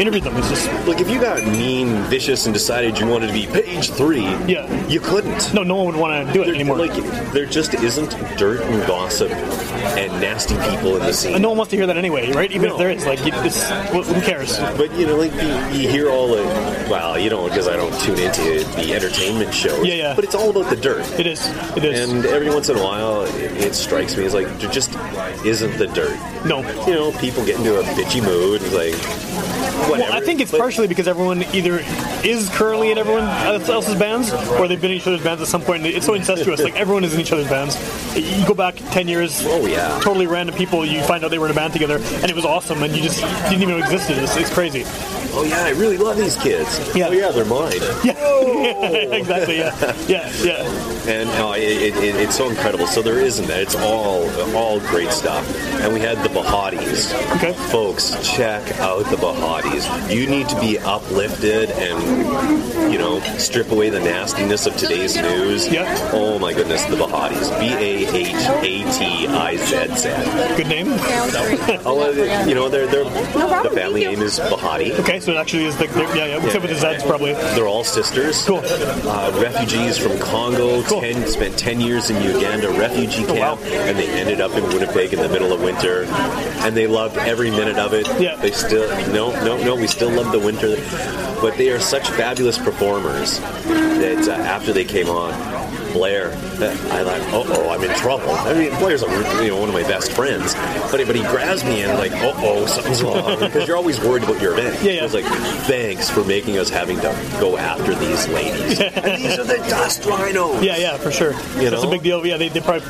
interviewed them. It's just
Like if you got mean, vicious, and decided you wanted to be page three,
Yeah.
you couldn't.
no, no one would want to do it
There,
anymore.
Like there just isn't dirt and gossip and nasty people in the scene.
and no one wants to hear that anyway, right? Even if
No.
there is, like, it's, who cares?
But you know, like you, you hear all the well, you don't because I don't tune into the entertainment shows.
Yeah, yeah.
But it's all about the dirt.
It is. It is.
And every once in a while, it, it strikes me as like there just isn't the dirt.
no.
You know, people get into a bitchy mood. It's like, whatever.
Well, I think it's
But-
partially because everyone either is currently in everyone else's bands, or they've been in each other's bands at some point. It's so incestuous; like everyone is in each other's bands. You go back ten years,
Oh, yeah.
totally random people. You find out they were in a band together, and it was awesome, and you just didn't even know existed. It's, it's crazy.
Oh yeah, I really love these kids.
Yeah.
Oh yeah, they're mine.
Yeah, exactly. Yeah, yeah, yeah.
And uh, it, it, it, it's so incredible. So there isn't that. It's all all great stuff. And we had the Bahatis.
Okay.
Folks, check out the Bahatis. You need to be uplifted and, you know, strip away the nastiness of today's news.
Yeah.
Oh my goodness, the Bahatis. B A H T I Z Z.
Good name.
I'll let it- You know, they're, they're, the
problem,
family
thank you.
name is Bahati.
Okay, so it actually is the yeah yeah. Except with the Z's probably.
They're all sisters.
Cool.
Uh, refugees from Congo.
Cool. Oh,
Ten, spent 10 years in Uganda refugee camp, and they ended up in Winnipeg in the middle of winter. And they loved every minute of it.
Yeah.
They still, no, no, no, we still love the winter. But they are such fabulous performers that uh, after they came on, Blair, uh, I thought, uh oh, I'm in trouble. I mean, Blair's a, you know, one of my best friends, but, but he grabs me and like, uh oh, something's wrong because you're always worried about your event.
Yeah, yeah.
I was like, thanks for making us having to go after these ladies. and these are the dust rhinos.
Yeah yeah for sure.
You
That's
know?
a big deal. Yeah, they, they probably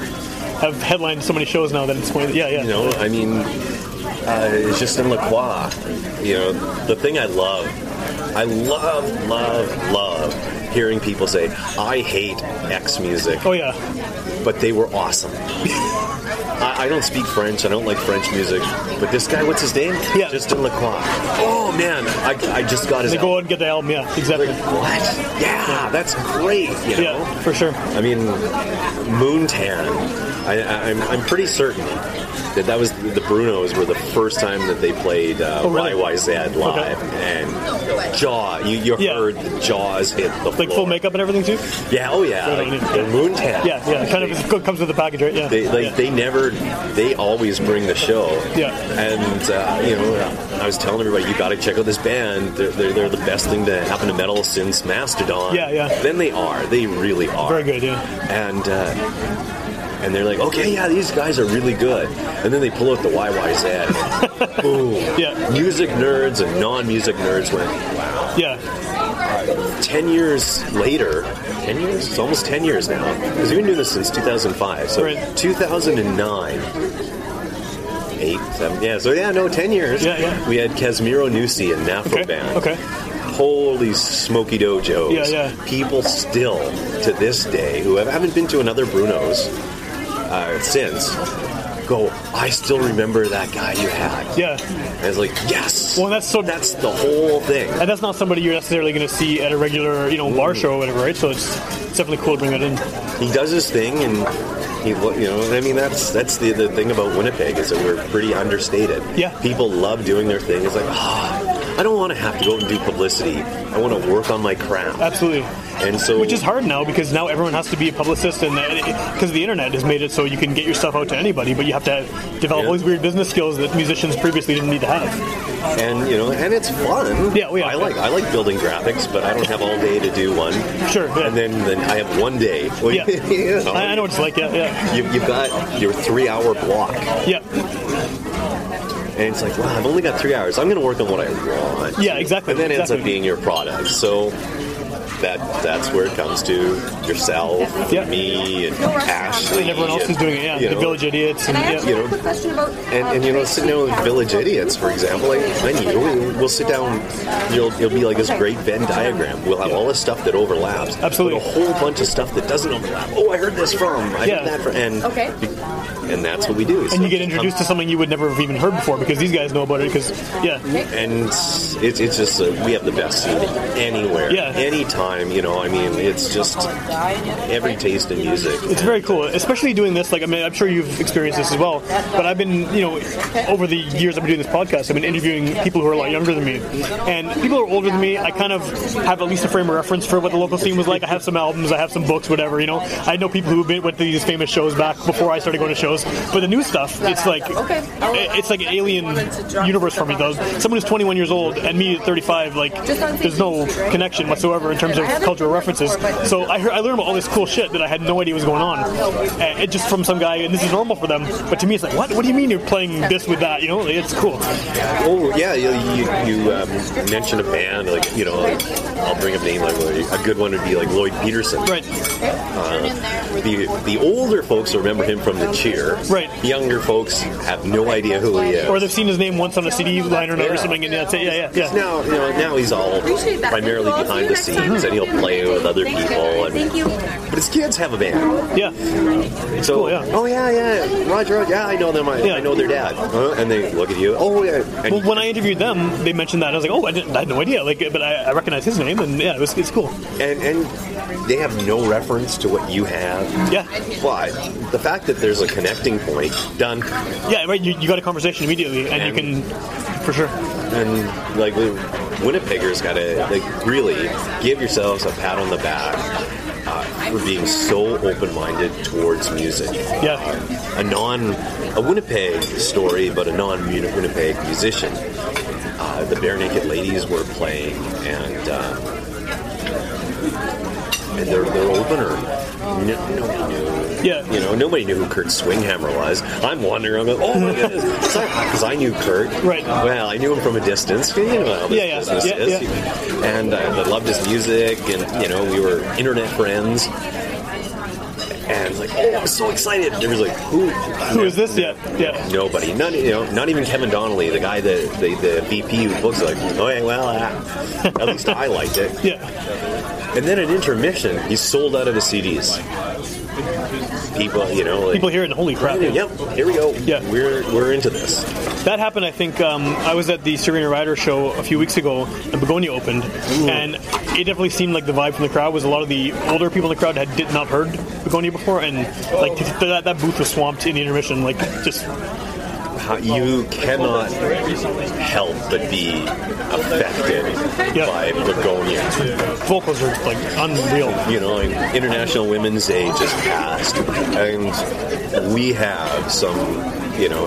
have headlined so many shows now that it's going. Yeah yeah.
You know, I mean, uh, it's just in La Croix. You know, the thing I love, I love, love, love hearing people say, I hate X music,
Oh yeah.
but they were awesome. I, I don't speak French. I don't like French music. But this guy, what's his name?
Yeah.
Justin Lacroix. Oh, man. I, I just got his
They
album.
go and get the album. Yeah exactly.
Like, what? Yeah, that's great. You know?
Yeah for sure.
I mean, Moontan. I, I, I'm, I'm pretty certain that that was the Brunos were the first time that they played uh,
Oh, really?
YYZ live, and Jaw. You, you
Yeah.
heard the Jaws hit the
Like full
floor.
makeup and everything too.
Yeah. Oh yeah.
Right
Like,
on, yeah.
and Moontan.
Yeah yeah. Kind of it comes with the package right. Yeah.
They like
yeah.
they never they always bring the show.
Yeah.
And uh, you know, I was telling everybody, you got to check out this band. They're, they're, they're the best thing to happen to metal since Mastodon.
Yeah, yeah.
Then they are. They really are.
Very good, yeah.
And. Uh, and they're like, okay, yeah, these guys are really good. And then they pull out the YYZ. Boom.
Yeah.
Music nerds and non-music nerds went, wow.
Yeah.
10 years later, 10 years? It's almost 10 years now. Because we've been doing this since 2005. So
Right.
2009. Eight, seven, yeah, so yeah, no, 10 years.
Yeah, yeah.
We had Casimiro Nusi and Nafro
Okay.
Band.
Okay.
Holy smoky dojos.
Yeah, yeah.
People still, to this day, who have, haven't been to another Bruno's uh, since, go, I still remember that guy you had.
Yeah.
And it's like, yes!
Well, that's so-
That's the whole thing.
And that's not somebody you're necessarily going to see at a regular, you know, bar
Mm.
show or whatever, right? So it's, it's definitely cool to bring that in.
he does his thing and he lo- you know i mean that's that's the, the thing about winnipeg is that we're pretty understated
Yeah.
people love doing their thing it's like ah i don't want to have to go and do publicity i want to work on my craft
Absolutely.
and so
Which is hard now because now everyone has to be a publicist, and because the internet has made it so you can get your stuff out to anybody, but you have to develop all
Yeah.
these weird business skills that musicians previously didn't need to have.
and you know and it's fun
Yeah, we are.
i like i like building graphics but i don't have all day to do one
Sure. Yeah.
and then then i have one day Well,
yeah.
you know,
I, I know what it's like. Yeah. Yeah.
you, you've got your three hour block
Yeah.
And it's like, wow, I've only got three hours. I'm going to work on what I want.
Yeah, exactly,
And then it ends up
exactly.
being your product. So that that's where it comes to yourself,
Yeah.
me, and Ashley,
And everyone else is doing it. Yeah.
you
The
know,
village idiots. And, yeah.
you know,
question about um,
and, and you know, sitting down with village idiots, for example, like then you, we'll- we'll sit down. You'll you'll be like this great Venn diagram. We'll have all this stuff that overlaps,
Absolutely.
but a whole bunch of stuff that doesn't overlap. Oh, I heard this from. I
Yeah.
heard that from. And
Okay.
and that's what we do. um,
And you get introduced to something you would never have even heard before because these guys know about it. Because yeah,
and it's it's just uh, we have the best seat anywhere,
Yeah.
anytime. You know, I mean, it's just every taste in music.
It's very cool, especially doing this. Like, I mean, I'm sure you've experienced this as well. But I've been, you know, over the years I've been doing this podcast, I've been interviewing people who are a lot younger than me, and people who are older than me. I kind of have at least a frame of reference for what the local scene was like. I have some albums, I have some books, whatever. You know, I know people who been, went to these famous shows back before I started going to shows. But the new stuff, it's like, it's like an alien universe for me. Though someone who's 21 years old and me at 35, like, there's no connection whatsoever in terms of cultural references. So I heard, I learned about all this cool shit that I had no idea was going on. And it just from some guy, and this is normal for them. But to me, it's like, what? What do you mean you're playing this with that? You know, Like, it's cool.
Oh yeah, you you, you um, mentioned a band like you know, like, I'll bring up a name like a good one would be like Lloyd Peterson.
Right.
The the older folks remember him from the Cheer.
Right.
Younger folks have no idea who he is.
Or they've seen his name once on a CD liner or
Yeah.
something, and that's it. Yeah, yeah, yeah.
now, you know, now he's all
Appreciate that.
primarily
Well, see
behind
you
the
next time.
scenes and he'll play with other people. And,
Thank you.
but his kids have a band.
Yeah.
So,
cool, yeah.
oh yeah, yeah, Roger, yeah, I know them. I,
Yeah.
I know their dad. Huh? And they look at you. Oh yeah. And
Well, when I interviewed them, they mentioned that. I was like, oh, I, didn't, I had no idea. Like, but I, I recognized his name, and yeah, it was, it's cool.
and and they have no reference to what you have.
Yeah.
But the fact that there's a connecting point, done.
Yeah, right. You, you got a conversation immediately, and you can, for sure.
And like we- Winnipeggers gotta like really give yourselves a pat on the back uh, for being so open-minded towards music.
Yeah.
a non a Winnipeg story, but a non Winnipeg musician. Uh, the Bare Naked Ladies were playing, and um, and their their opener. No, nobody knew.
Yeah.
You know, nobody knew who Kurt Swinghammer was. I'm wondering. I'm going, oh my goodness, because I knew Kurt.
Right.
Well, I knew him from a distance. You know how this
Yeah, yeah.
business
Yeah,
is.
yeah.
And I I loved his music, and you know, we were internet friends. And it's like, oh, I'm so excited. There was like, who?
Who is this? Yeah. Yeah.
Nobody. Not you know, not even Kevin Donnelly, the guy that the, the VP who books like, oh yeah, well, uh, at least I liked it.
Yeah.
And then at intermission, he sold out of his CDs. People, you know, like,
People hear it, and holy crap.
Yep, here we go.
Yeah.
we're we're into this.
That happened, I think. Um, I was at the Serena Rider show a few weeks ago, and Begonia opened, and it definitely seemed like the vibe from the crowd was a lot of the older people in the crowd had did not heard Begonia before, and
Oh.
like th- th- that, that booth was swamped in the intermission, like just
How, you cannot help but be affected
Yeah.
by Begonia.
vocals are like unreal.
you know, like International Women's Day just passed, and we have some, you know,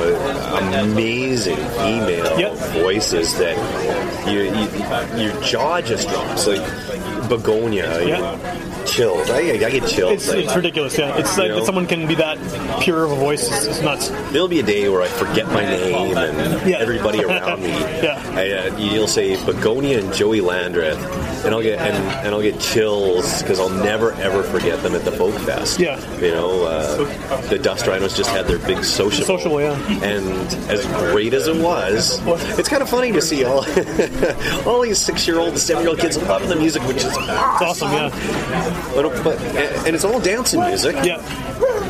amazing female
Yep.
voices that you, you, your jaw just drops. Like Begonia,
Yeah.
you chills. I, I get chills.
It's, it's ridiculous, yeah. It's like
You know?
that someone can be that pure of a voice. It's, it's nuts.
There'll be a day where I forget my name and
Yeah.
everybody around me.
Yeah.
I, uh, you'll say Begonia and Joey Landreth, and I'll get and, and I'll get chills because I'll never ever forget them at the folk fest.
Yeah.
You know, uh, the Dust Rhinos just had their big social.
Sociable, yeah.
And as great as it was, it's kind of funny to see all all these six year old, seven year old kids loving the music, which is
It's
awesome.
awesome, yeah.
But, but and and it's all dancing music.
Yeah.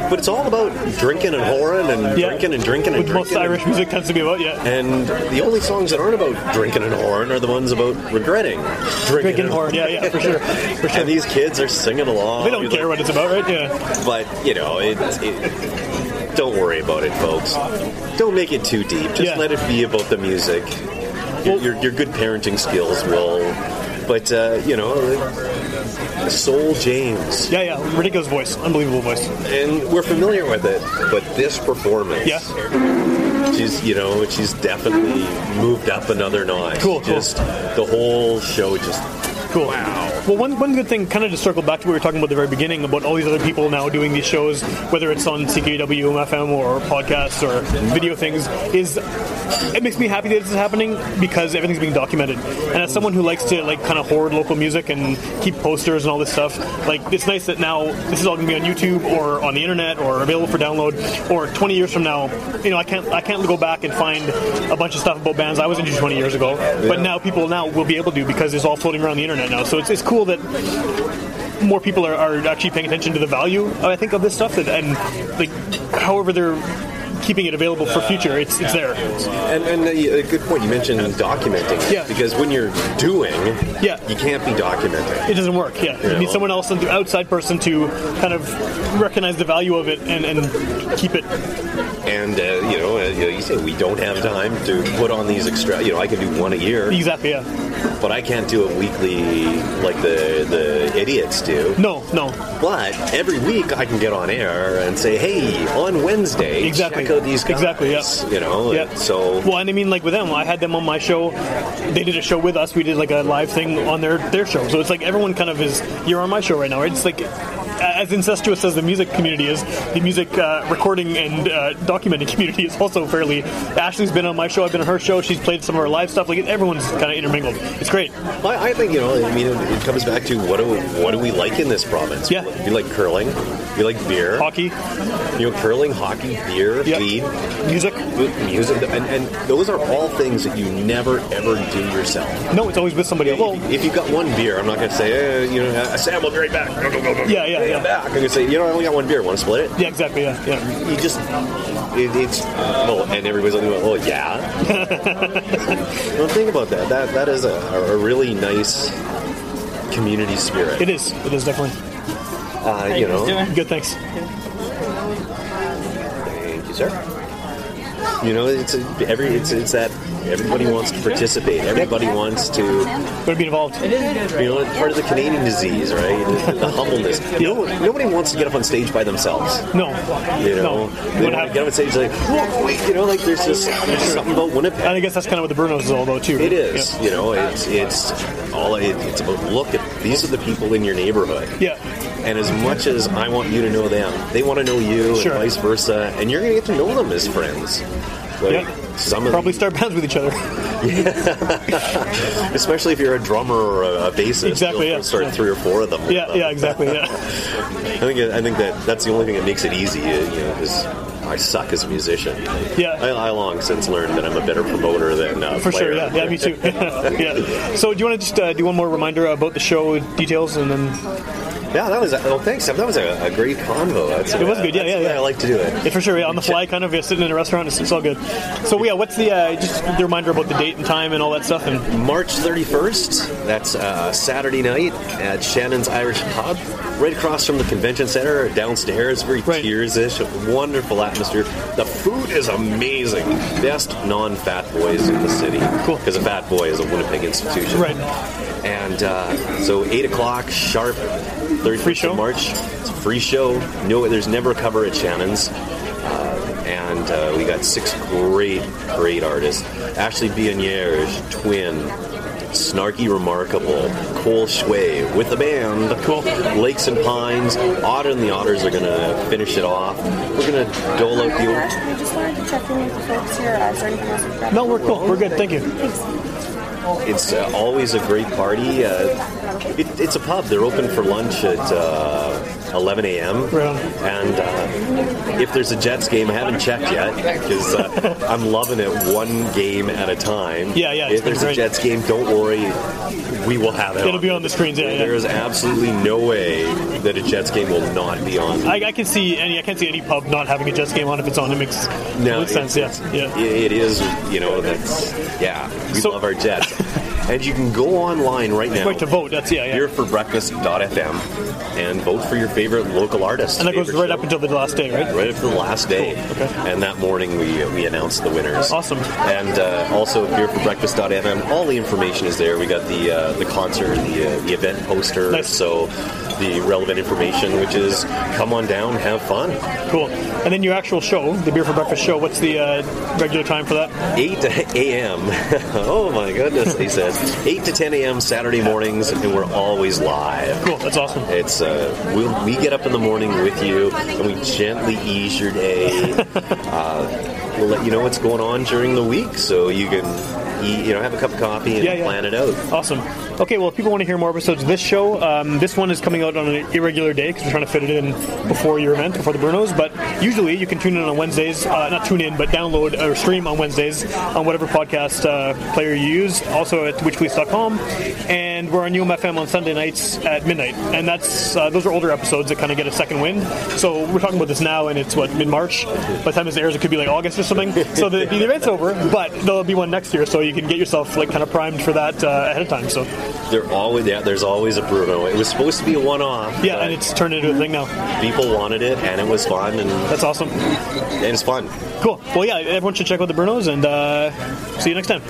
But it's all about drinking and whoring and
yeah.
drinking and drinking and
Which
drinking.
most
and-
Irish music tends to be about, yeah.
and the only songs that aren't about drinking and whoring are the ones about regretting drinking,
Drinking hard, yeah, yeah, for sure. For sure.
And these kids are singing along.
They don't care what it's about, right? Yeah.
But you know, it, it, don't worry about it, folks. Don't make it too deep. Just
Yeah.
let it be about the music. Your, your, your good parenting skills will. But uh, you know, Soul James,
Yeah, yeah. Ridiculous voice. Unbelievable voice.
and we're familiar with it. But this performance,
Yeah.
she's you know she's definitely moved up another notch.
Cool, cool.
Just the whole show just
Cool. Wow. Well, one, one good thing, kind of to circle back to what we were talking about at the very beginning about all these other people now doing these shows, whether it's on CKW, FM, or podcasts or video things, is it makes me happy that this is happening because everything's being documented. And as someone who likes to like kind of hoard local music and keep posters and all this stuff, like it's nice that now this is all going to be on YouTube or on the internet or available for download. Or 20 years from now, you know, I can't I can't go back and find a bunch of stuff about bands I was into 20 years ago, but now people now will be able to because it's all floating around the internet now. So it's, it's cool that more people are, are actually paying attention to the value I think of this stuff and, and like however they're keeping it available for future, it's it's there.
and and a, a good point you mentioned documenting. it,
Yeah.
Because when you're doing,
Yeah.
you can't be documenting.
It doesn't work. Yeah, you
Yeah.
need someone else, an outside person, to kind of recognize the value of it and, and keep it.
And uh, you know, uh, you know, you say we don't have time to put on these extra. You know, I can do one a year,
Exactly. Yeah.
but I can't do it weekly like the the idiots do.
No. No.
But every week I can get on air and say, hey, on Wednesday,
Exactly.
check out these guys.
Exactly, yeah.
You know,
Yeah.
so
Well, and I mean, like with them, I had them on my show. They did a show with us. We did like a live thing on their their show. So it's like everyone kind of is. You're on my show right now, right? It's like as incestuous as the music community is, the music uh, recording and uh, documenting community is also fairly. Ashley's been on my show. I've been on her show. She's played some of her live stuff. Like everyone's kind of intermingled. It's great.
I, I think you know. I mean, it, it comes back to what do what do we like in this province?
Yeah.
we like curling, we like beer,
Hockey,
you know, curling, hockey, beer,
Yeah.
weed,
music.
music, and, and those are all things that you never ever do yourself.
No, it's always with somebody else. Well,
If you've got one beer, I'm not going to say, eh, you know, uh, Sam, I'll be right back. No, no, no, no, no.
Yeah, yeah, yeah.
I'm back. I'm going to say, you know, I only got one beer. Want to split it?
yeah, exactly. Yeah, yeah.
You just, it, it's, oh, and everybody's like, oh, yeah. well, think about that. That that is a, a really nice community spirit.
It is. It is definitely
Uh, you know,
good. Thanks.
Thank you, sir. You know, it's a, every it's it's that everybody wants to participate. Everybody wants to.
Better be involved.
You know, it's part of the Canadian disease, right? The, the humbleness. You know, nobody wants to get up on stage by themselves.
No,
You know,
no.
they
What
want to get
happened?
up on stage like, look, wait, you know, like there's just there's something about Winnipeg.
And I guess that's kind of what the Brunos is all about too.
It
right?
is, you know, it's it's all it, it's about look at these are the people in your neighborhood.
Yeah.
And as much as I want you to know them, they want to know you,
Sure.
and vice versa. And you're gonna get to know them as friends. Like
Yep.
some of
Probably start bands with each other.
especially if you're a drummer or a, a bassist,
Exactly,
you'll
yeah,
start
yeah.
three or four of them. Uh,
Yeah, yeah, exactly. Yeah.
I think I think that that's the only thing that makes it easy. You know, is I suck as a musician.
Yeah.
I, I long since learned that I'm a better promoter than uh,
For
player.
sure, yeah, yeah, me too. yeah. So, do you want to just uh, do one more reminder about the show details, and then
Yeah, that was. Oh, thanks. Sam. That was a, a great convo. That's,
It was good, yeah, yeah,
that's the way
yeah.
I like to do
yeah,
it.
for sure, yeah, on the fly, kind of yeah, sitting in a restaurant, it's, it's all good. So, yeah, what's the uh, just the reminder about the date and time and all that stuff? And
March 31st. That's uh, Saturday night at Shannon's Irish Pub, right across from the convention center, downstairs. Very
Right.
tears-ish. Wonderful atmosphere. The food is amazing. Best non-fat boys in the city.
Cool.
Because a fat boy is a Winnipeg institution.
Right.
And uh, so eight o'clock sharp. 31st
Free show?
of March. It's a free show. No, there's never a cover at Shannon's. and uh, we got six great, great artists: Ashley Bionierge, Twin, Snarky Remarkable, Cole Shway with the band, cool. Lakes and Pines, Otter and the Otters are gonna finish it off. We're gonna dole out the.
I just wanted to check in with the folks here. uh, Is there anything else? we've got?
no, we're cool, we're good, thank you.
It's uh, always a great party. Uh, it, it's a pub. They're open for lunch at uh, 11 a.m.
Right on.
And uh, if there's a Jets game, I haven't checked yet because uh, I'm loving it one game at a time.
Yeah, yeah, it's
If
been
there's a
great.
Jets game, don't worry. We will have it.
It'll be on the screens, yeah,
There
yeah.
is absolutely no way that a Jets game will not be on.
I, I can see any, I can't see any pub not having a Jets game on if it's on. It makes
No,
makes
it's-
sense, yeah, yeah.
It it is, you know, that's, yeah, we
So-
love our Jets. and you can go online right now.
Right to vote, that's yeah, yeah.
beerforbreakfast.fm and vote for your favorite local artist.
And that goes
favorite
right
show.
up until the last day, right?
Right up to the last day,
Cool, okay.
and that morning we uh, we announced the winners.
Awesome.
And uh, also beerforbreakfast.fm. All the information is there. We got the uh, the concert, the uh, the event poster,
Nice.
so the relevant information, which is come on down, have fun.
Cool. And then your actual show, the Beer for Breakfast show. What's the uh, regular time for that?
8 a.m. oh my goodness, he says. 8 to 10 a.m. Saturday mornings, and we're always live.
Cool, that's awesome.
It's uh, we'll, we get up in the morning with you, and we gently ease your day. uh, we'll let you know what's going on during the week, so you can eat, you know have a cup of coffee and
Yeah, yeah.
plan it out.
Awesome. Okay, well, if people want to hear more episodes of this show, um, this one is coming out on an irregular day because we're trying to fit it in before your event, before the Brunos. But usually you can tune in on Wednesdays, uh, not tune in, but download or stream on Wednesdays on whatever podcast uh, player you use, also at witchpolice.com. And we're on UMFM on Sunday nights at midnight. And that's uh, those are older episodes that kind of get a second wind. So we're talking about this now, and it's what, mid March? By the time this airs, it could be like August or something. So the, the event's over, but there'll be one next year, so you can get yourself like kind of primed for that uh, ahead of time. So
There always yeah, there's always a Bruno. It was supposed to be a one-off.
yeah,
but
and it's turned into a thing now.
people wanted it, and it was fun, and,
That's awesome.
and it's fun.
Cool. Well, yeah, everyone should check out the Brunos, and uh, see you next time.